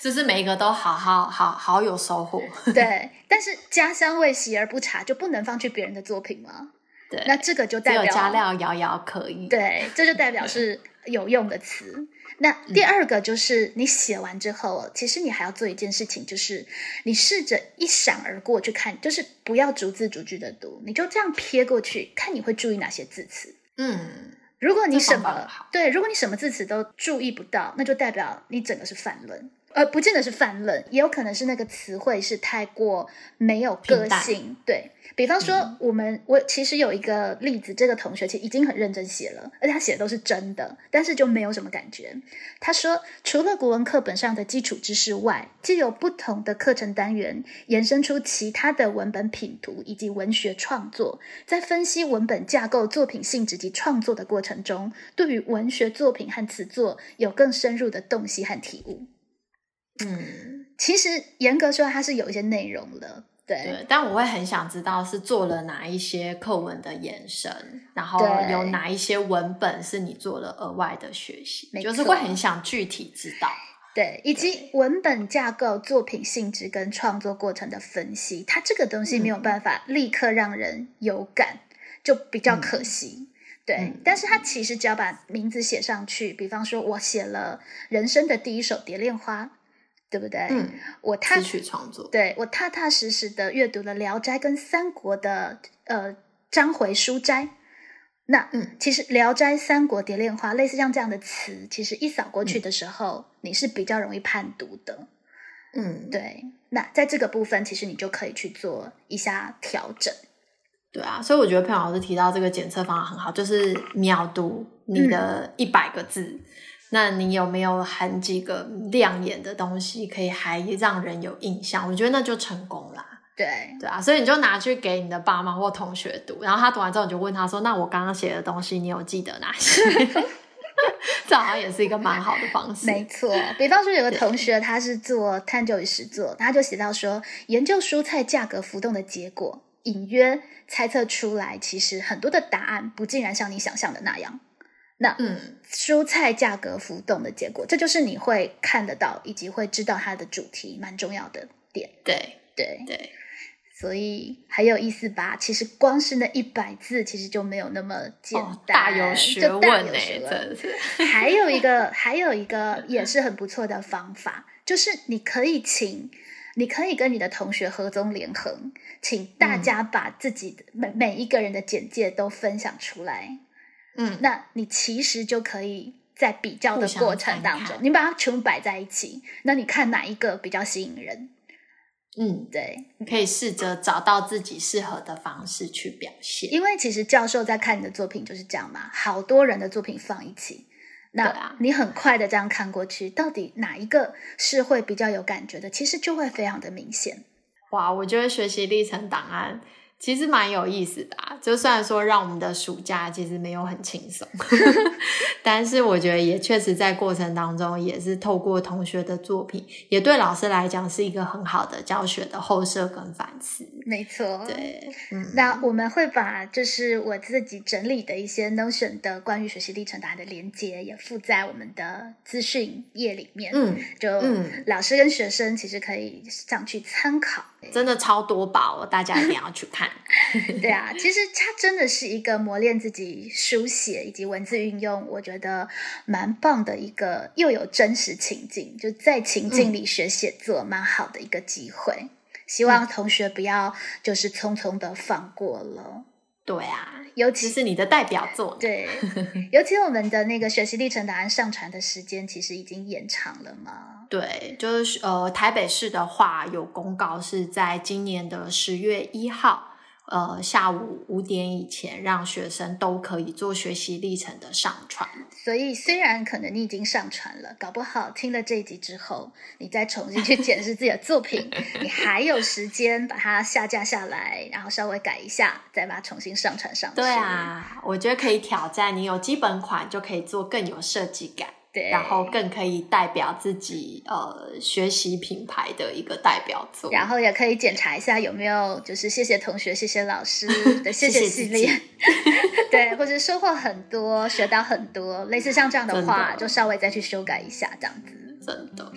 S2: 就是每一个都好好好好有收获，
S1: 对，但是家乡味习而不察，就不能放去别人的作品吗？
S2: 对，
S1: 那这个就
S2: 只
S1: 代
S2: 有
S1: 表
S2: 加料瑶瑶可以。
S1: 对，这就代表是有用的词。那第二个就是你写完之后哦，其实你还要做一件事情，就是你试着一闪而过去看，就是不要逐字逐句的读，你就这样瞥过去，看你会注意哪些字词。
S2: 嗯，
S1: 如果你
S2: 这
S1: 什
S2: 方法很
S1: 么
S2: 好
S1: 对，如果你什么字词都注意不到，那就代表你整个是泛论，呃，不见得是泛论，也有可能是那个词汇是太过没有个
S2: 平淡
S1: 性。对比方说
S2: 嗯，
S1: 我们、我其实有一个例子，这个同学其实已经很认真写了，而且他写的都是真的，但是就没有什么感觉。他说，除了国文课本上的基础知识外，既有不同的课程单元延伸出其他的文本品读以及文学创作，在分析文本架构、作品性质及创作的过程中，对于文学作品和词作有更深入的洞悉和体悟。
S2: 嗯，
S1: 其实严格说，它是有一些内容的，对。
S2: 对，但我会很想知道是做了哪一些课文的延伸，然后
S1: 对
S2: 有哪一些文本是你做了额外的学习
S1: 没，
S2: 就是
S1: 错
S2: 会很想具体知道。
S1: 对，以及文本架构、作品性质跟创作过程的分析，
S2: 嗯
S1: 它这个东西没有办法立刻让人有感，就比较可惜。对，
S2: 嗯
S1: 但是他其实只要把名字写上去，比方说我写了人生的第一首《蝶恋花》，对不对？
S2: 嗯，
S1: 我踏
S2: 词曲创作，
S1: 对我踏踏实实的阅读了《聊斋》跟三国的呃章回书斋。那
S2: 嗯，
S1: 其实《聊斋》《三国》《蝶恋花》类似像这样的词，其实一扫过去的时候，你是比较容易判读的。
S2: 嗯，
S1: 对，那在这个部分，其实你就可以去做一下调整。
S2: 对啊，所以我觉得佩蓉老师提到这个检测方法很好，就是秒读
S1: 嗯
S2: 你的一百个字。那你有没有很几个亮眼的东西，可以还让人有印象？我觉得那就成功啦。
S1: 对，
S2: 对啊，所以你就拿去给你的爸妈或同学读，然后他读完之后，你就问他说：“那我刚刚写的东西，你有记得哪些？” 这好像也是一个蛮好的方式。
S1: 没错。比方说，有个同学他是做探究与实作，他就写到说，研究蔬菜价格浮动的结果，隐约猜测出来，其实很多的答案不尽然像你想象的那样。那
S2: 嗯，
S1: 蔬菜价格浮动的结果，这就是你会看得到以及会知道它的主题，蛮重要的点。
S2: 对
S1: 对，
S2: 对，
S1: 所以很有意思吧？其实光是那一百字，其实就没有那么简单，
S2: 哦，大有学
S1: 就
S2: 问
S1: 大
S2: 呢、
S1: 有学
S2: 真
S1: 问
S2: 的是。
S1: 还有一个，还有一个也是很不错的方法，就是你可以请，你可以跟你的同学合纵连横，请大
S2: 嗯
S1: 家把自己的每、每一个人的简介都分享出来。
S2: 嗯，
S1: 那你其实就可以在比较的
S2: 互相
S1: 过程当
S2: 参
S1: 中，
S2: 考
S1: 你把它全部摆在一起，那你看哪一个比较吸引人？
S2: 嗯，
S1: 对，
S2: 你可以试着找到自己适合的方式去表现。
S1: 因为其实教授在看你的作品就是这样嘛，好多人的作品放一起，
S2: 对啊
S1: 那你很快的这样看过去，到底哪一个是会比较有感觉的？其实就会非常的明显。
S2: 哇，我觉得学习历程档案其实蛮有意思的、啊，就虽然说让我们的暑假其实没有很轻松， 但是我觉得也确实在过程当中，也是透过同学的作品，也对老师来讲是一个很好的教学的后设跟反思。
S1: 没错，。
S2: 对，嗯，
S1: 那我们会把就是我自己整理的一些 Notion 的关于学习历程档案的连接也附在我们的资讯页里面，，
S2: 嗯，
S1: 就
S2: 嗯
S1: 老师跟学生其实可以上去参考。
S2: 真的超多宝哦，大家一定要去看。
S1: 对啊，其实它真的是一个磨练自己书写以及文字运用，我觉得蛮棒的一个，又有真实情境，就在情境里学写作，蛮好的一个机会。希望同学不要就是匆匆的放过了，
S2: 对啊，
S1: 尤
S2: 这
S1: 其
S2: 是你的代表作。
S1: 对，尤其我们的那个学习历程档案上传的时间其实已经延长了嘛。
S2: 对，就是呃，台北市的话有公告是在今年的十月一号，呃，下午五点以前，让学生都可以做学习历程的上传。
S1: 所以，虽然可能你已经上传了，搞不好听了这一集之后，你再重新去检视自己的作品，你还有时间把它下架下来，然后稍微改一下，再把它重新上传上去。
S2: 对，啊，我觉得可以挑战，你有基本款就可以做更有设计感，
S1: 对，
S2: 然后更可以代表自己呃学习品牌的一个代表作。
S1: 然后也可以检查一下有没有，就是谢谢同学，谢谢老 师的谢
S2: 谢谢
S1: 系
S2: 自
S1: 列
S2: 己，
S1: 对，或者收获很多，学到很多，类似像这样的
S2: 真
S1: 话，
S2: 的
S1: 就稍微再去修改一下，这样子。
S2: 真的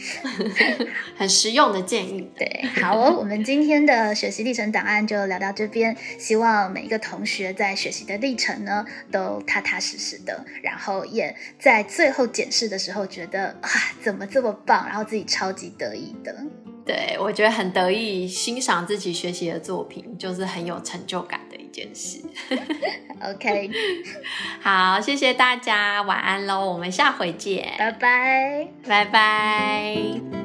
S2: 很实用的建议。
S1: 对，好哦，我们今天的学习历程档案就聊到这边。希望每一个同学在学习的历程呢，都踏踏实实的，然后也在最后检视的时候，觉得啊，怎么这么棒，然后自己超级得意的。
S2: 对，我觉得很得意欣赏自己学习的作品，就是很有成就感的一件事。
S1: OK，
S2: 好，谢谢大家，晚安喽，我们下回见，
S1: 拜拜。
S2: 拜拜